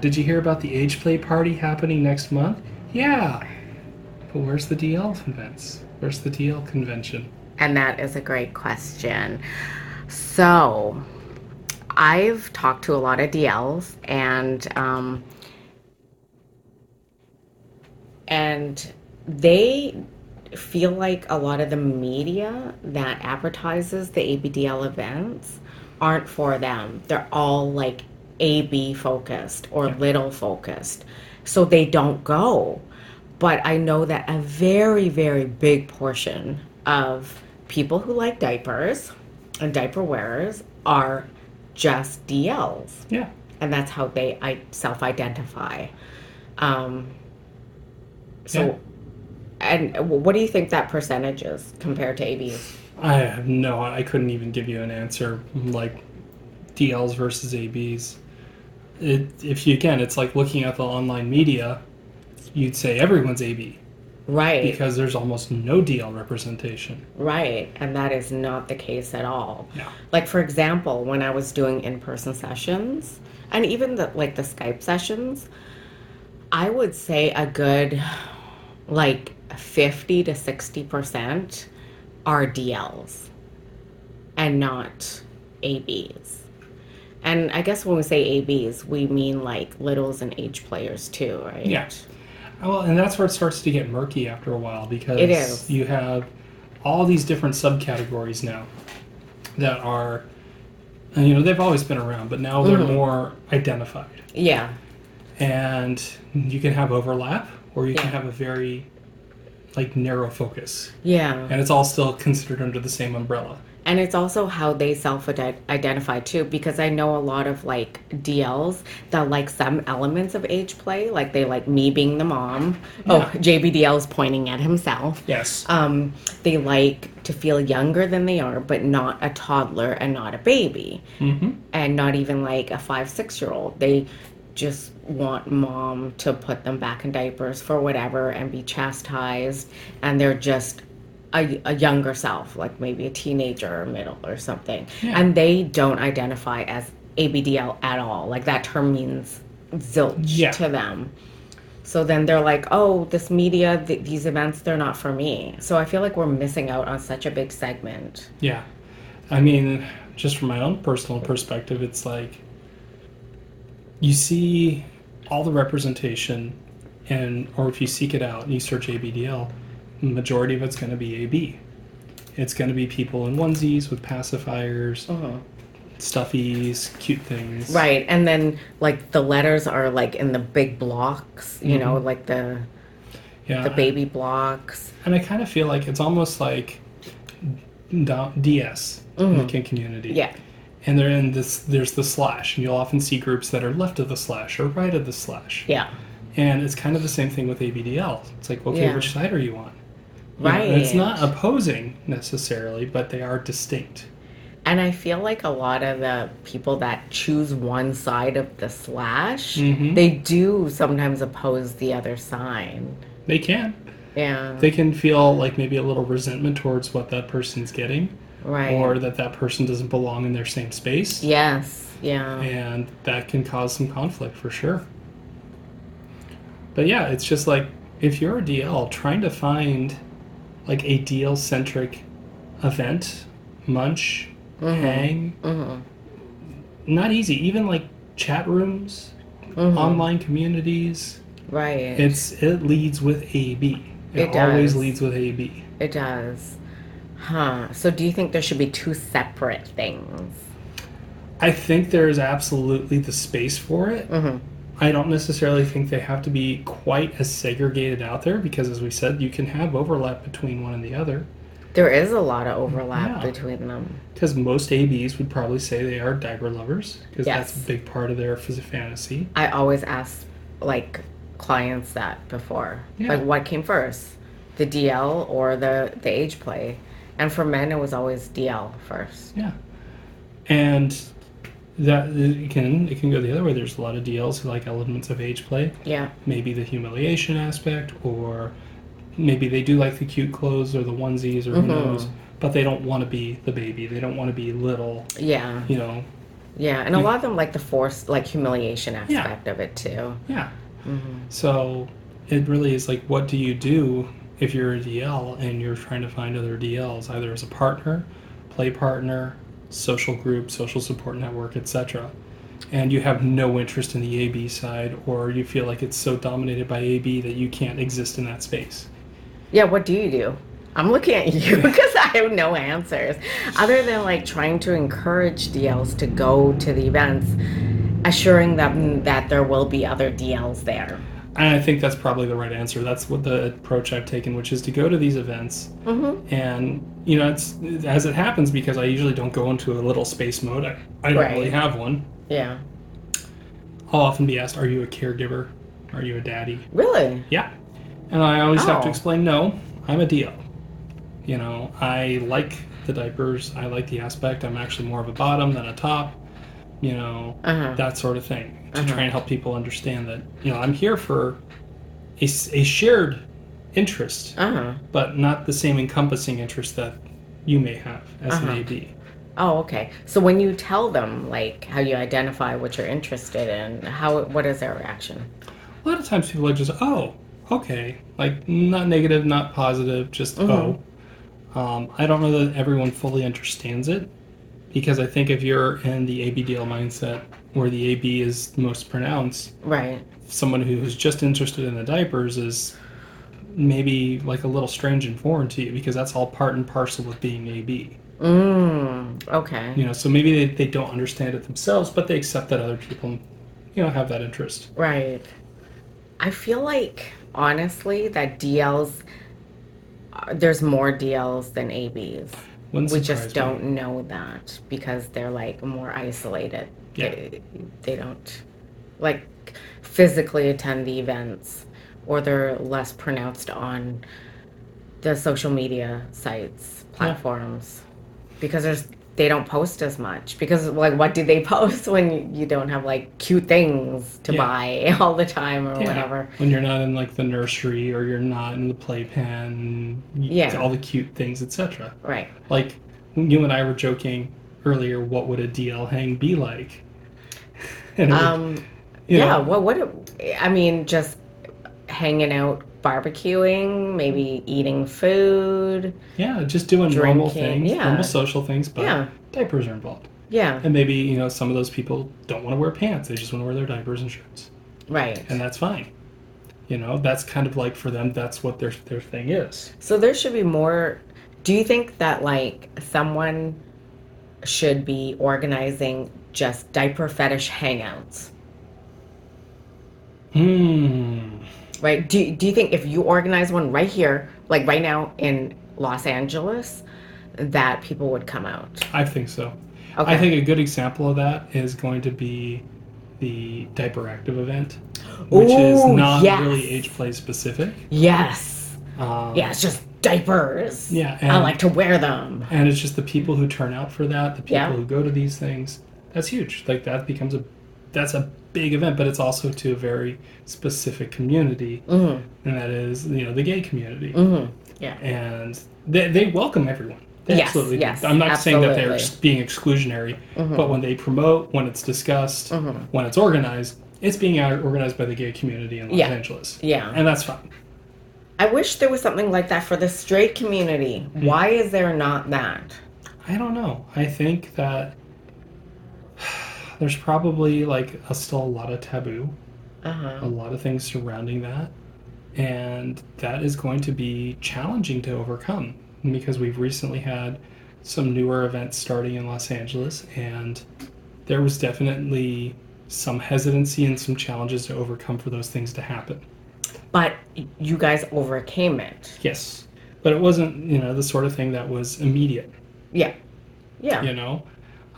Did you hear about the age play party happening next month? Yeah. But where's the DL events? Where's the DL convention? And that is a great question. So, I've talked to a lot of DLs, and um, and they feel like a lot of the media that advertises the ABDL events aren't for them. They're all like AB focused or Yeah. little focused, so they don't go. But I know that a very, very big portion of people who like diapers and diaper wearers are just DLs Yeah. and that's how they I self-identify. Um, so, and w- what do you think that percentage is compared to ABs? I have no. I couldn't even give you an answer like DLs versus ABs. It, if you again, it's like looking at the online media. You'd say everyone's AB Right, because there's almost no DL representation. right, and that is not the case at all. Yeah. Like for example, when I was doing in-person sessions and even the like the Skype sessions, I would say a good like 50 to 60% are DLs and not ABs. And I guess when we say ABs, we mean like littles and age players too, right? Yeah. Well, and that's where it starts to get murky after a while because It is. you have all these different subcategories now that are, and, you know, they've always been around, but now they're Mm-hmm. more identified. Yeah. And you can have overlap or you can Yeah. have a very, like, narrow focus. Yeah. And it's all still considered under the same umbrella. And it's also how they self identify too, because I know a lot of like DLs that like some elements of age play, like they like me being the mom. Oh, JBDL is pointing at himself. Yes. Um, they like to feel younger than they are, but not a toddler and not a baby, hmm and not even like a five, six year old. They just want mom to put them back in diapers for whatever and be chastised, and they're just a, a younger self, like maybe a teenager or middle or something. Yeah. And they don't identify as ABDL at all. Like that term means zilch Yeah. to them. So then they're like, oh, this media, th- these events, they're not for me. So I feel like we're missing out on such a big segment. Yeah. I mean, just from my own personal perspective, it's like you see all the representation and or if you seek it out and you search ABDL, majority of it's going to be AB. It's going to be people in onesies with pacifiers, stuffies, cute things. Right. And then like the letters are like in the big blocks, you Mm-hmm. know, like the Yeah. the baby blocks. And I kind of feel like it's almost like D- DS in the kink community. Mm-hmm. Yeah. And they're in this there's the slash and you'll often see groups that are left of the slash or right of the slash. Yeah. And it's kind of the same thing with ABDL. It's like, okay, Yeah. which side are you on? You know, Right. and it's not opposing necessarily, but they are distinct. And I feel like a lot of the people that choose one side of the slash, Mhm. they do sometimes oppose the other side. They can. Yeah. They can feel like maybe a little resentment towards what that person's getting, right. or that that person doesn't belong in their same space. yes. Yeah. And that can cause some conflict for sure. But yeah, it's just like if you're a DL, trying to find like a DL centric event, munch, Mm-hmm. hang, Mhm. Um, not easy. Even like chat rooms, Mhm. online communities, Right. it's it leads with AB. It, It always does. leads with AB. It does. Huh. So do you think there should be two separate things? I think there is absolutely the space for it. Mhm. I don't necessarily think they have to be quite as segregated out there because, as we said, you can have overlap between one and the other. There is a lot of overlap Yeah. between them. Because most ABs would probably say they are diaper lovers because Yes. that's a big part of their phys- fantasy. I always ask like clients that before. Yeah. Like what came first? The DL or the the age play? And for men it was always DL first. Yeah, and that it can it can go the other way. There's a lot of DLs who like elements of age play, Yeah. maybe the humiliation aspect, or maybe they do like the cute clothes or the onesies or who knows, but they don't want to be the baby. They don't want to be little, Yeah. you know, Yeah, and a lot of them like the forced, like humiliation aspect of it too. Yeah. Mhm. So it really is like, what do you do if you're a DL and you're trying to find other DLs, either as a partner, play partner, social group, social support network, etc. And you have no interest in the AB side, or you feel like it's so dominated by AB that you can't exist in that space. Yeah, what do you do? I'm looking at you because I have no answers other than like trying to encourage DLs to go to the events, assuring them that there will be other DLs there. And I think that's probably the right answer. That's what the approach I've taken, which is to go to these events Mm-hmm. and you know it's as it happens because i usually don't go into a little space mode i, I don't Right. really have one Yeah. i'll often be asked are you a caregiver are you a daddy Really? yeah and i always have to Oh. explain no i'm a dl you know i like the diapers i like the aspect i'm actually more of a bottom than a top you know Uh huh. that sort of thing to Uh-huh. try and help people understand that you know i'm here for a, s- a shared interest Uh huh. but not the same encompassing interest that you may have as Uh-huh. an AB. Oh, okay. So when you tell them like how you identify what you're interested in, how what is their reaction? A lot of times people are just, oh, okay, like not negative, not positive, just Mhm. oh. Um, I don't know that everyone fully understands it because I think if you're in the AB deal mindset where the AB is most pronounced, Right. someone who's just interested in the diapers is maybe like a little strange and foreign to you because that's all part and parcel with being AB. Mm. Okay. you know so maybe they, they don't understand it themselves but they accept that other people you know have that interest Right. I feel like honestly that DLs uh, there's more DLs than ABs. Wouldn't we surprise just me. don't know that because they're like more isolated. Yeah. They, they don't like physically attend the events or they're less pronounced on the social media sites, platforms because there's they don't post as much because like what do they post when you don't have like cute things to Yeah. buy all the time or Yeah. whatever. when you're not in like the nursery or you're not in the playpen you- Yeah. all the cute things etc Right. like you and i were joking earlier what would a dl hang be like and it would- Um you yeah, know, well, what? I mean, just hanging out, barbecuing, maybe eating food. yeah just doing normal Drinking, things yeah. normal social things but Yeah. diapers are involved Yeah, and maybe you know some of those people don't want to wear pants they just want to wear their diapers and shirts right. and that's fine. You know, that's kind of like for them, that's what their their thing is. So there should be more. Do you think that like someone should be organizing just diaper fetish hangouts? Hmm. Right? Do do you think if you organize one right here, like right now in Los Angeles, that people would come out? I think so. Okay. I think a good example of that is going to be the diaper active event, which is Ooh, not yes. really age play specific. yes. Um, Yeah, it's just diapers. Yeah, I and, like to wear them. and it's just the people who turn out for that, the people Yeah. who go to these things. That's huge. Like that becomes a that's a big event, but it's also to a very specific community, Mm-hmm. and that is you know the gay community. Mm-hmm. Yeah. and they, they welcome everyone. They Yes, absolutely do. yes, I'm not saying that they're absolutely. Mm-hmm. being exclusionary, but when they promote, when it's discussed, when it's organized, it's being out- organized by the gay community in Los Yeah. Angeles. Yeah. And that's fine. I wish there was something like that for the straight community. Why is there not that? I don't know. I think that there's probably like a, still a lot of taboo, a Uh-huh. lot of things surrounding that. And that is going to be challenging to overcome because we've recently had some newer events starting in Los Angeles, and there was definitely some hesitancy and some challenges to overcome for those things to happen. But you guys overcame it. Yes. But it wasn't, you know, the sort of thing that was immediate, Yeah. Yeah. you know?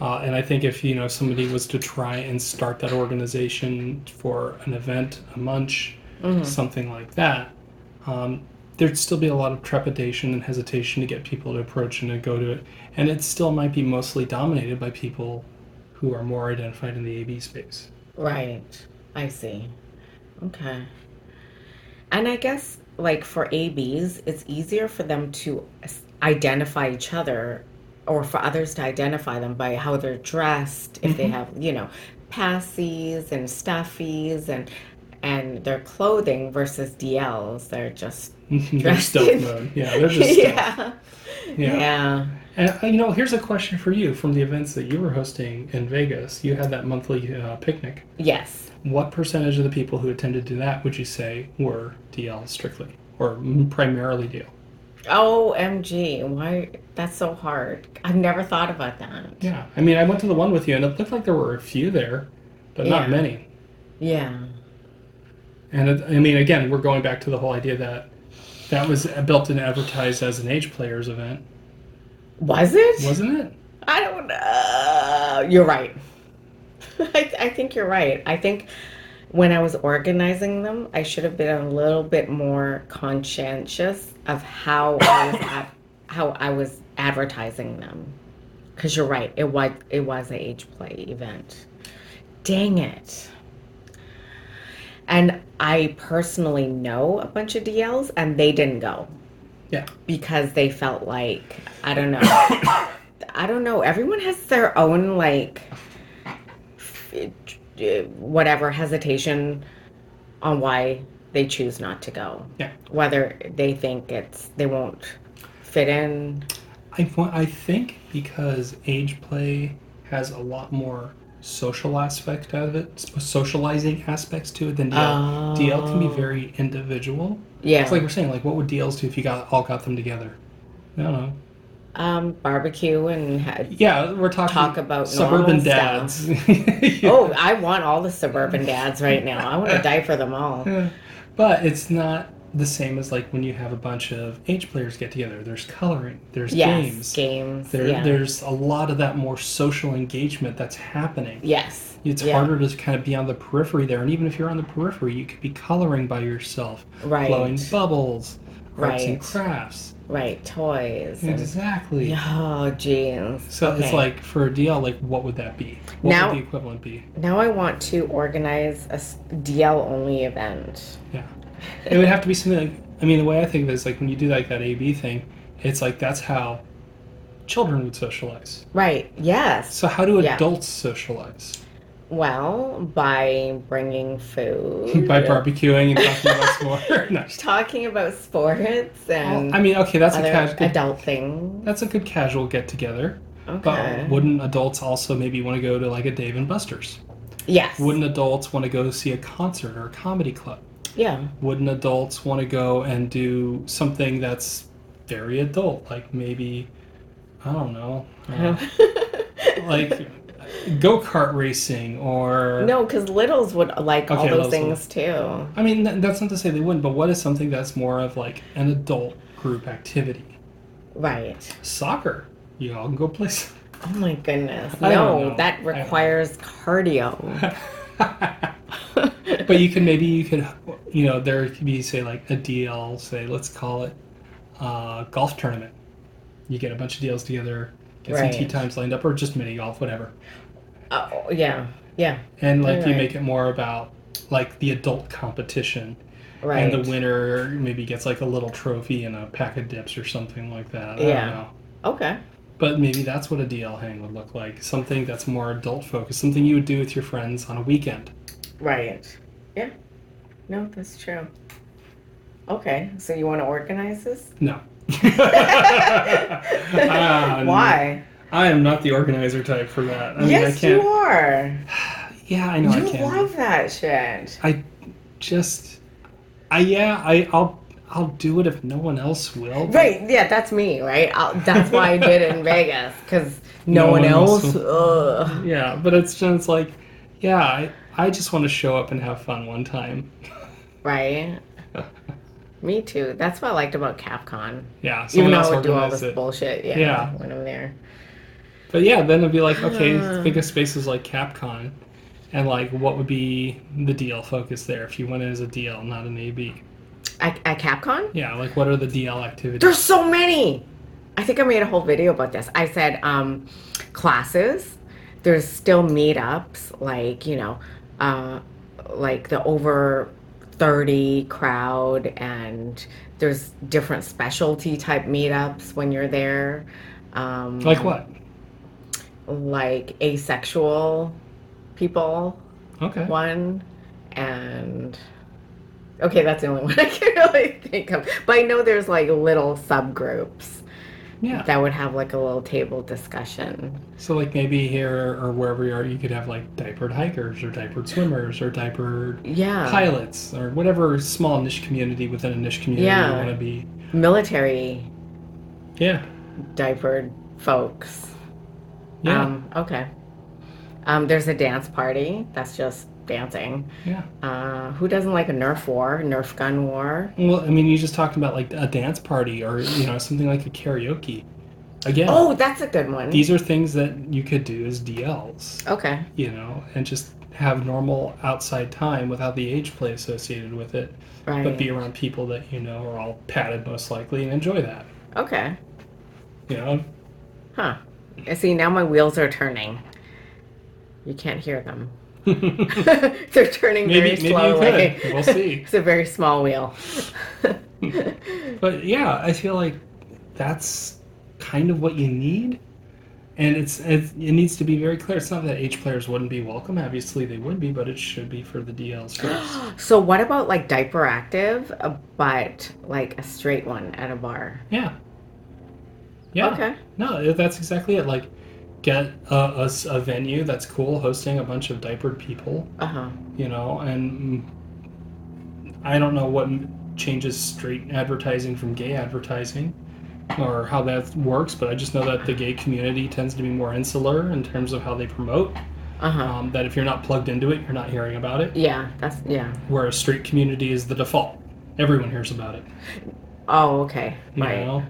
Uh, and I think if, you know, somebody was to try and start that organization for an event, a munch, something like that, um, there'd still be a lot of trepidation and hesitation to get people to approach and to go to it. And it still might be mostly dominated by people who are more identified in the AB space. Right. I see. Okay. And I guess like for ABs, it's easier for them to s- identify each other or for others to identify them by how they're dressed, if they have, you know, passies and stuffies and and their clothing versus DLs. They're just they're Dressed stealth in- mode. Yeah, they're just stealth. yeah. Yeah. yeah. And uh, you know, here's a question for you from the events that you were hosting in Vegas. You had that monthly uh, picnic. Yes. What percentage of the people who attended to that would you say were DL strictly or m- primarily DL? OMG, why that's so hard. I've never thought about that. Yeah, I mean, I went to the one with you, and it looked like there were a few there, but not Yeah. many. Yeah. And it, I mean, again, we're going back to the whole idea that that was built and advertised as an age players event, Was it? wasn't it? I don't know. You're right. I, I think you're right. I think when I was organizing them, I should have been a little bit more conscientious of how I was ad- how I was advertising them. Because you're right, it was it was an age play event. Dang it. And I personally know a bunch of DLs, and they didn't go Yeah. because they felt like I don't know. I don't know. Everyone has their own like whatever hesitation on why they choose not to go. Yeah. Whether they think it's they won't fit in. I, wa- I think because age play has a lot more social aspect of it, s- socializing aspects to it than DL. DL can be Oh. very individual. Yeah. It's like we're saying, like, what would DLs do if you got all got them together? I don't know. um barbecue and ha- Yeah, we're talking Talk about suburban normal dads. Oh, I want all the suburban dads right now. I want to die for them all. Yeah. But it's not the same as like when you have a bunch of age players get together. There's coloring. There's Yes. Games. games. There, yeah. There's a lot of that more social engagement that's happening. yes. It's Yeah. harder to kind of be on the periphery there. And even if you're on the periphery, you could be coloring by yourself, Right. blowing bubbles, arts and Right. crafts. Right. Mm-hmm. Toys. and- Exactly. Oh, jeans. So it's Okay. like for a DL, like what would that be? What Now- would the equivalent be? Now I want to organize a s- DL only event. Yeah. It would have to be something like, I mean, the way I think of it is like when you do like that AB thing, it's like that's how children would socialize. Right. Yes. So how do Yeah. adults socialize? Well, by bringing food. By barbecuing and talking about sport? No. Talking about sports and I mean, okay, that's a, other ca- good, adult things. that's a good casual get together. Okay. But wouldn't adults also maybe want to go to like a Dave and Buster's? yes. Wouldn't adults want to go see a concert or a comedy club? yeah. Wouldn't adults want to go and do something that's very adult? Like maybe, I don't know, uh, like go kart racing or. no, because littles would like all Okay, littles those things too. I mean, th- that's not to say they wouldn't, but what is something that's more of like an adult group activity? Right. Soccer. You all can go play. s- Oh my goodness. I don't No, know. I that don't know. requires cardio. but you could maybe you could you know there could be say like a DL say let's call it uh, golf tournament. You get a bunch of deals together, get some tee Right. times lined up, or just mini golf, whatever. oh, yeah. Yeah. And like you Right. make it more about like the adult competition, Right. and the winner maybe gets like a little trophy and a pack of dips or something like that. I Yeah. don't know. okay. But maybe that's what a DL hang would look like. Something that's more adult focused, something you would do with your friends on a weekend. Right. Yeah. No, that's true. Okay, so you want to organize this? No. Uh, Um, Why? I am not the organizer type for that. I mean, I yes, can't. you are. Yeah, I know I you can. love that shit. Just, I yeah, I I'll I'll do it if no one else will. but Right? Yeah, that's me. Right? I'll, that's why I did it in Vegas because no, No one, one else else. ugh. Yeah, but it's just like, yeah, I I just want to show up and have fun one time. Right? me too. That's what I liked about Capcon. Yeah, Even someone though else I would do all organized this it. bullshit. Yeah. Yeah. When I'm there. But yeah, then it'd be like, okay, Ah. think of spaces like Capcom, and like what would be the DL focus there if you went in as a DL, not an AB. At, at Capcon? Yeah, like what are the DL activities? There's so many. I think I made a whole video about this. I said um, classes. There's still meetups, like you know, uh, like the over thirty crowd, and there's different specialty type meetups when you're there. Um, Like what? Like asexual people, Okay. one, and okay, that's the only one I can really think of. But I know there's like little subgroups Yeah. that would have like a little table discussion. So like maybe here or wherever you are, you could have like diapered hikers or diapered swimmers or diapered Yeah. pilots or whatever small niche community within a niche community you Yeah. want to be. Military Yeah. diapered folks. Yeah. Um, okay. Um, there's a dance party. That's just dancing. yeah. Uh, who doesn't like a Nerf war, Nerf gun war? Well, I mean, you just talked about like a dance party or you know something like a karaoke. Again, Oh, that's a good one. these are things that you could do as DLs, okay. you know, and just have normal outside time without the age play associated with it, Right. but be around people that you know are all padded most likely and enjoy that. okay. You know, Huh. I see. Now my wheels are turning. You can't hear them. maybe They're turning very maybe you slowly. could. We'll see. it's a very small wheel. But yeah, I feel like that's kind of what you need. And it's, it's it needs to be very clear. It's not that H players wouldn't be welcome. Obviously, they would be, but it should be for the DLs first. so what about like diaper active, uh, but like a straight one at a bar? Yeah. Yeah. Okay. No, that's exactly it. Like, get a, a s- a venue that's cool, hosting a bunch of diapered people, Uh huh. you know, and mm, I don't know what m- changes straight advertising from gay advertising or how that works, but I just know that the gay community tends to be more insular in terms of how they promote. Uh huh. Um, that if you're not plugged into it, you're not hearing about it. Yeah. That's yeah. Whereas straight community is the default. Everyone hears about it. Oh, okay. You Right. know?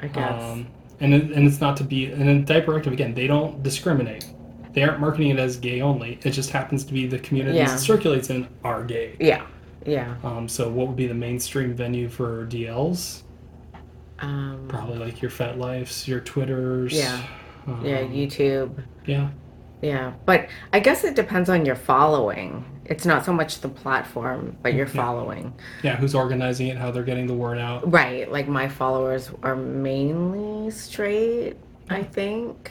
I guess. Um, and it, and it's not to be and in diaper active again. They don't discriminate. They aren't marketing it as gay only. It just happens to be the communities Yeah. it circulates in are gay. yeah. Yeah. Um, so what would be the mainstream venue for DLs? Um, Probably like your Fat Lifes, your Twitters. Yeah. Um, yeah. YouTube. yeah. Yeah. But I guess it depends on your following. It's not so much the platform, but your Yeah. following. Yeah. Who's organizing it? How they're getting the word out? Right. Like my followers are mainly straight, I think.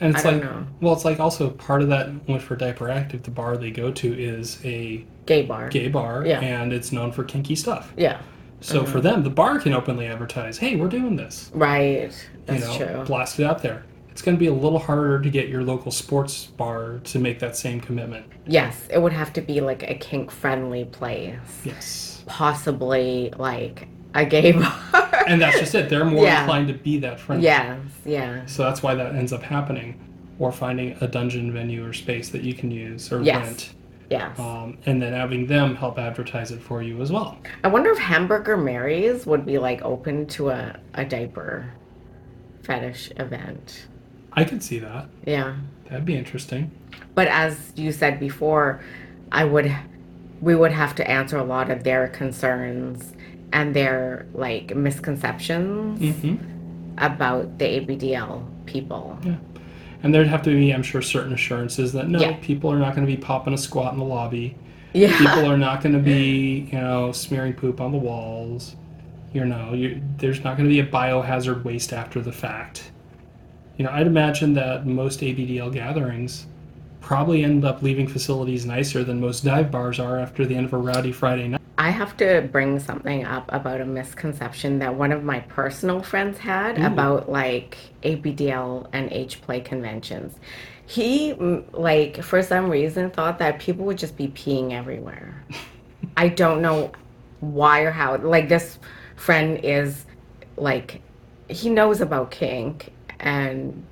And it's I like, don't know. well, it's like also part of that went for diaper active. The bar they go to is a Gay bar. gay bar, Yeah. Mm-hmm. and it's known for kinky stuff. Yeah. So for them, the bar can openly advertise, "Hey, we're doing this." Right. you That's know, true. blast it out there. It's going to be a little harder to get your local sports bar to make that same commitment. yes. It would have to be like a kink friendly place. Yes. Possibly like a gay bar. And that's just it. They're more Yeah. inclined to be that friend. yes. Yeah. So that's why that ends up happening. Or finding a dungeon venue or space that you can use or Yes. rent. Yes. Um, and then having them help advertise it for you as well. I wonder if Hamburger Mary's would be like open to a, a diaper fetish event. I could see that. Yeah. That'd be interesting. But as you said before, I would we would have to answer a lot of their concerns and their like misconceptions hmm about the ABDL people. And there'd have to be, I'm sure, certain assurances that no, Yeah. people are not going to be popping a squat in the lobby. Yeah. people are not going to be you know smearing poop on the walls you know you, there's not going to be a biohazard waste after the fact you know i'd imagine that most abdl gatherings probably end up leaving facilities nicer than most dive bars are after the end of a rowdy friday night I have to bring something up about a misconception that one of my personal friends had Ooh. about like ABDL and H play conventions. He mm, like for some reason thought that people would just be peeing everywhere. I don't know why or how. Like this friend is like he knows about kink and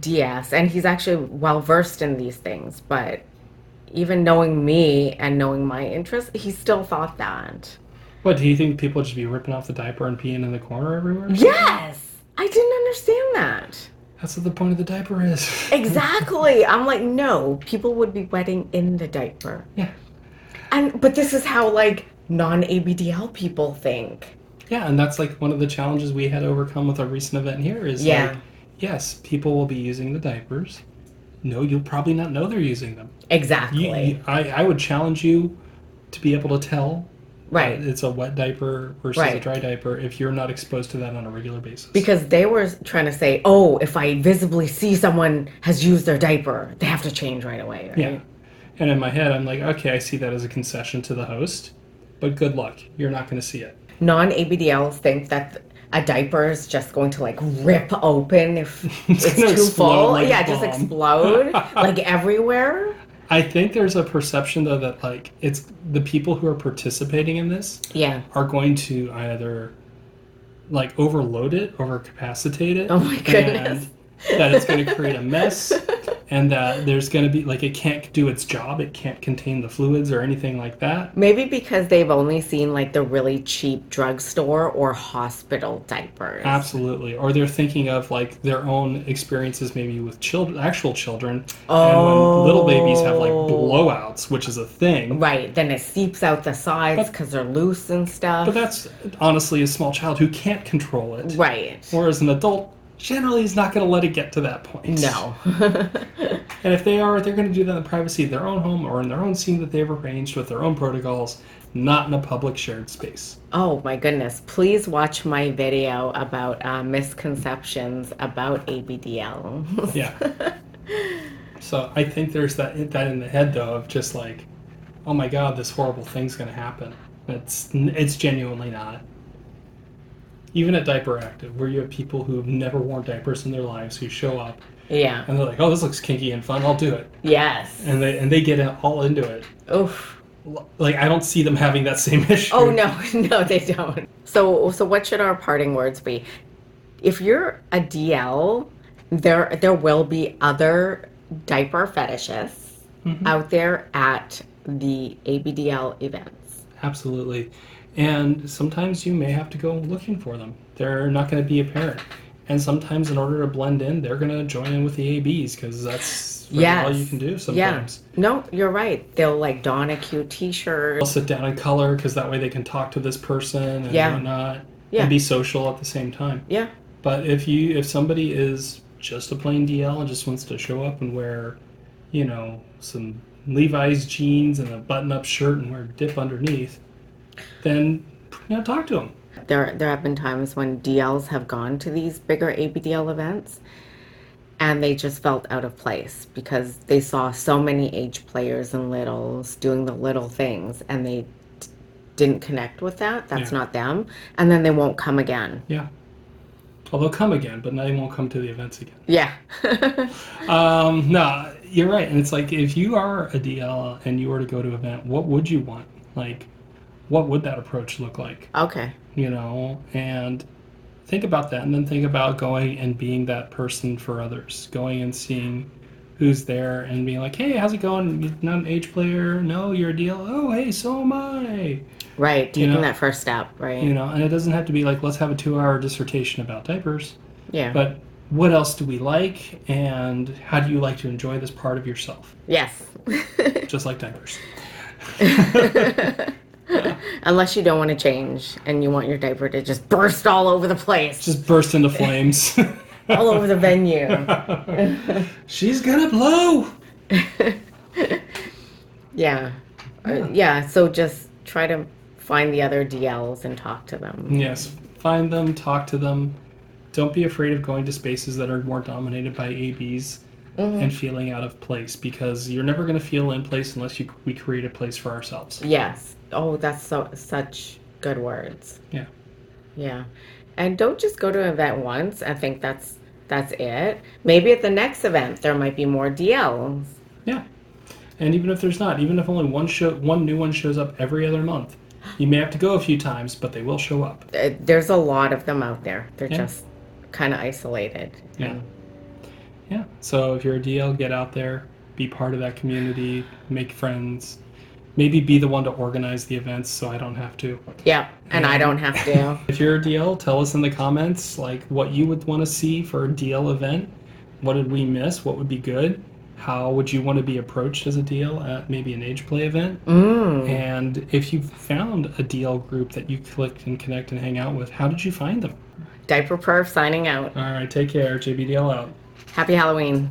DS and he's actually well versed in these things, but even knowing me and knowing my interests, he still thought that. what do you think people just be ripping off the diaper and peeing in the corner everywhere Yes! I didn't understand that. that's what the point of the diaper is Exactly. I'm like, no, people would be wetting in the diaper. yeah And but this is how like non-ABDL people think. yeah and that's like one of the challenges we had to overcome with our recent event here is Yeah. like yes people will be using the diapers no you'll probably not know they're using them You- Exactly. you- I, I would challenge you to be able to tell Right. It's a wet diaper versus a Right. dry diaper if you're not exposed to that on a regular basis. Because they were trying to say, oh, if I visibly see someone has used their diaper, they have to change right away. Right? yeah. And in my head, I'm like, okay, I see that as a concession to the host, but good luck. You're not going to see it. Non ABDLs think that a diaper is just going to like rip open if It's it's, gonna too explode full. like a yeah, just bomb. explode like everywhere. I think there's a perception though that like it's the people who are participating in this Yeah. are going to either like overload it, overcapacitate it. Oh my goodness. And that it's going to create a mess and that there's going to be like it can't do its job, it can't contain the fluids or anything like that. Maybe because they've only seen like the really cheap drugstore or hospital diapers. Absolutely. Or they're thinking of like their own experiences maybe with children, actual children, and when little babies have like Oh. blowouts, which is a thing. Right. Then it seeps out the sides because they're loose and stuff. But that's honestly a small child who can't control it. right. Whereas an adult generally is not going to let it get to that point. No. And if they are, they're going to do that in the privacy of their own home or in their own scene that they've arranged with their own protocols, not in a public shared space. oh my goodness. Please watch my video about uh, misconceptions about ABDL. Yeah. so I think there's that that in the head though of just like, oh my god, this horrible thing's going to happen. It's it's genuinely not. Even at Diaper Active, where you have people who've never worn diapers in their lives who show up yeah. and they're like, "Oh, this looks kinky and fun. I'll do it," Yes. and they and they get all into it. Oof. Like I don't see them having that same issue. Oh no, no, they don't. So, so what should our parting words be? If you're a DL, there there will be other diaper fetishists out there at the ABDL events. Absolutely. And sometimes you may have to go looking for them. They're not going to be apparent. And sometimes, in order to blend in, they're going to join in with the ABs because that's really all Yes. you can do Yeah. sometimes. No, you're right. They'll like don a cute T-shirt. They'll sit down and color because that way they can talk to this person and Yeah. whatnot Yeah. and be social at the same time. Yeah. But if you if somebody is just a plain DL and just wants to show up and wear, you know, some Levi's jeans and a button-up shirt and wear dip underneath, then you know, talk to them. There, there have been times when DLs have gone to these bigger ABDL events and they just felt out of place because they saw so many age players and littles doing the little things and they d- didn't connect with that. That's Yeah. not them. And then they won't come again. Yeah. Well, they'll come again, but they won't come to the events again. Yeah. Um, no, you're right. And it's like if you are a DL and you were to go to an event, what would you want? Like, what would that approach look like? okay. You know, and think about that, and then think about going and being that person for others, going and seeing who's there and being like, hey, how's it going? You're not an age player? No, you're a DL. Oh, hey, so am I. Right. Taking know- that first step. Right. You know, and it doesn't have to be like, let's have a two-hour dissertation about diapers. yeah. but what else do we like and how do you like to enjoy this part of yourself yes. just like diapers Unless you don't want to change and you want your diaper to just burst all over the place, just burst into flames all over the venue. she's gonna blow Yeah. Yeah. yeah. So just try to find the other DLs and talk to them. yes find them talk to them don't be afraid of going to spaces that are more dominated by abs Mm-hmm. and feeling out of place because you're never going to feel in place unless you we create a place for ourselves Yes. Oh, that's so such good words. yeah Yeah. And don't just go to an event once and think that's that's it. Maybe at the next event there might be more DLs. Yeah. And even if there's not, even if only one show one new one shows up every other month, you may have to go a few times, but they will show up. Uh, There's a lot of them out there. They're Yeah. just kind of isolated. Yeah. Yeah. So if you're a DL, get out there, be part of that community, make friends. Maybe be the one to organize the events so I don't have to. Yeah. And I don't have to. If you're a DL, tell us in the comments like what you would want to see for a DL event. What did we miss? What would be good? How would you want to be approached as a DL at maybe an age play event? Mm. And if you found a DL group that you clicked and connect and hang out with, how did you find them? Diaper Perf signing out. All right, take care. JBDL out. Happy Halloween.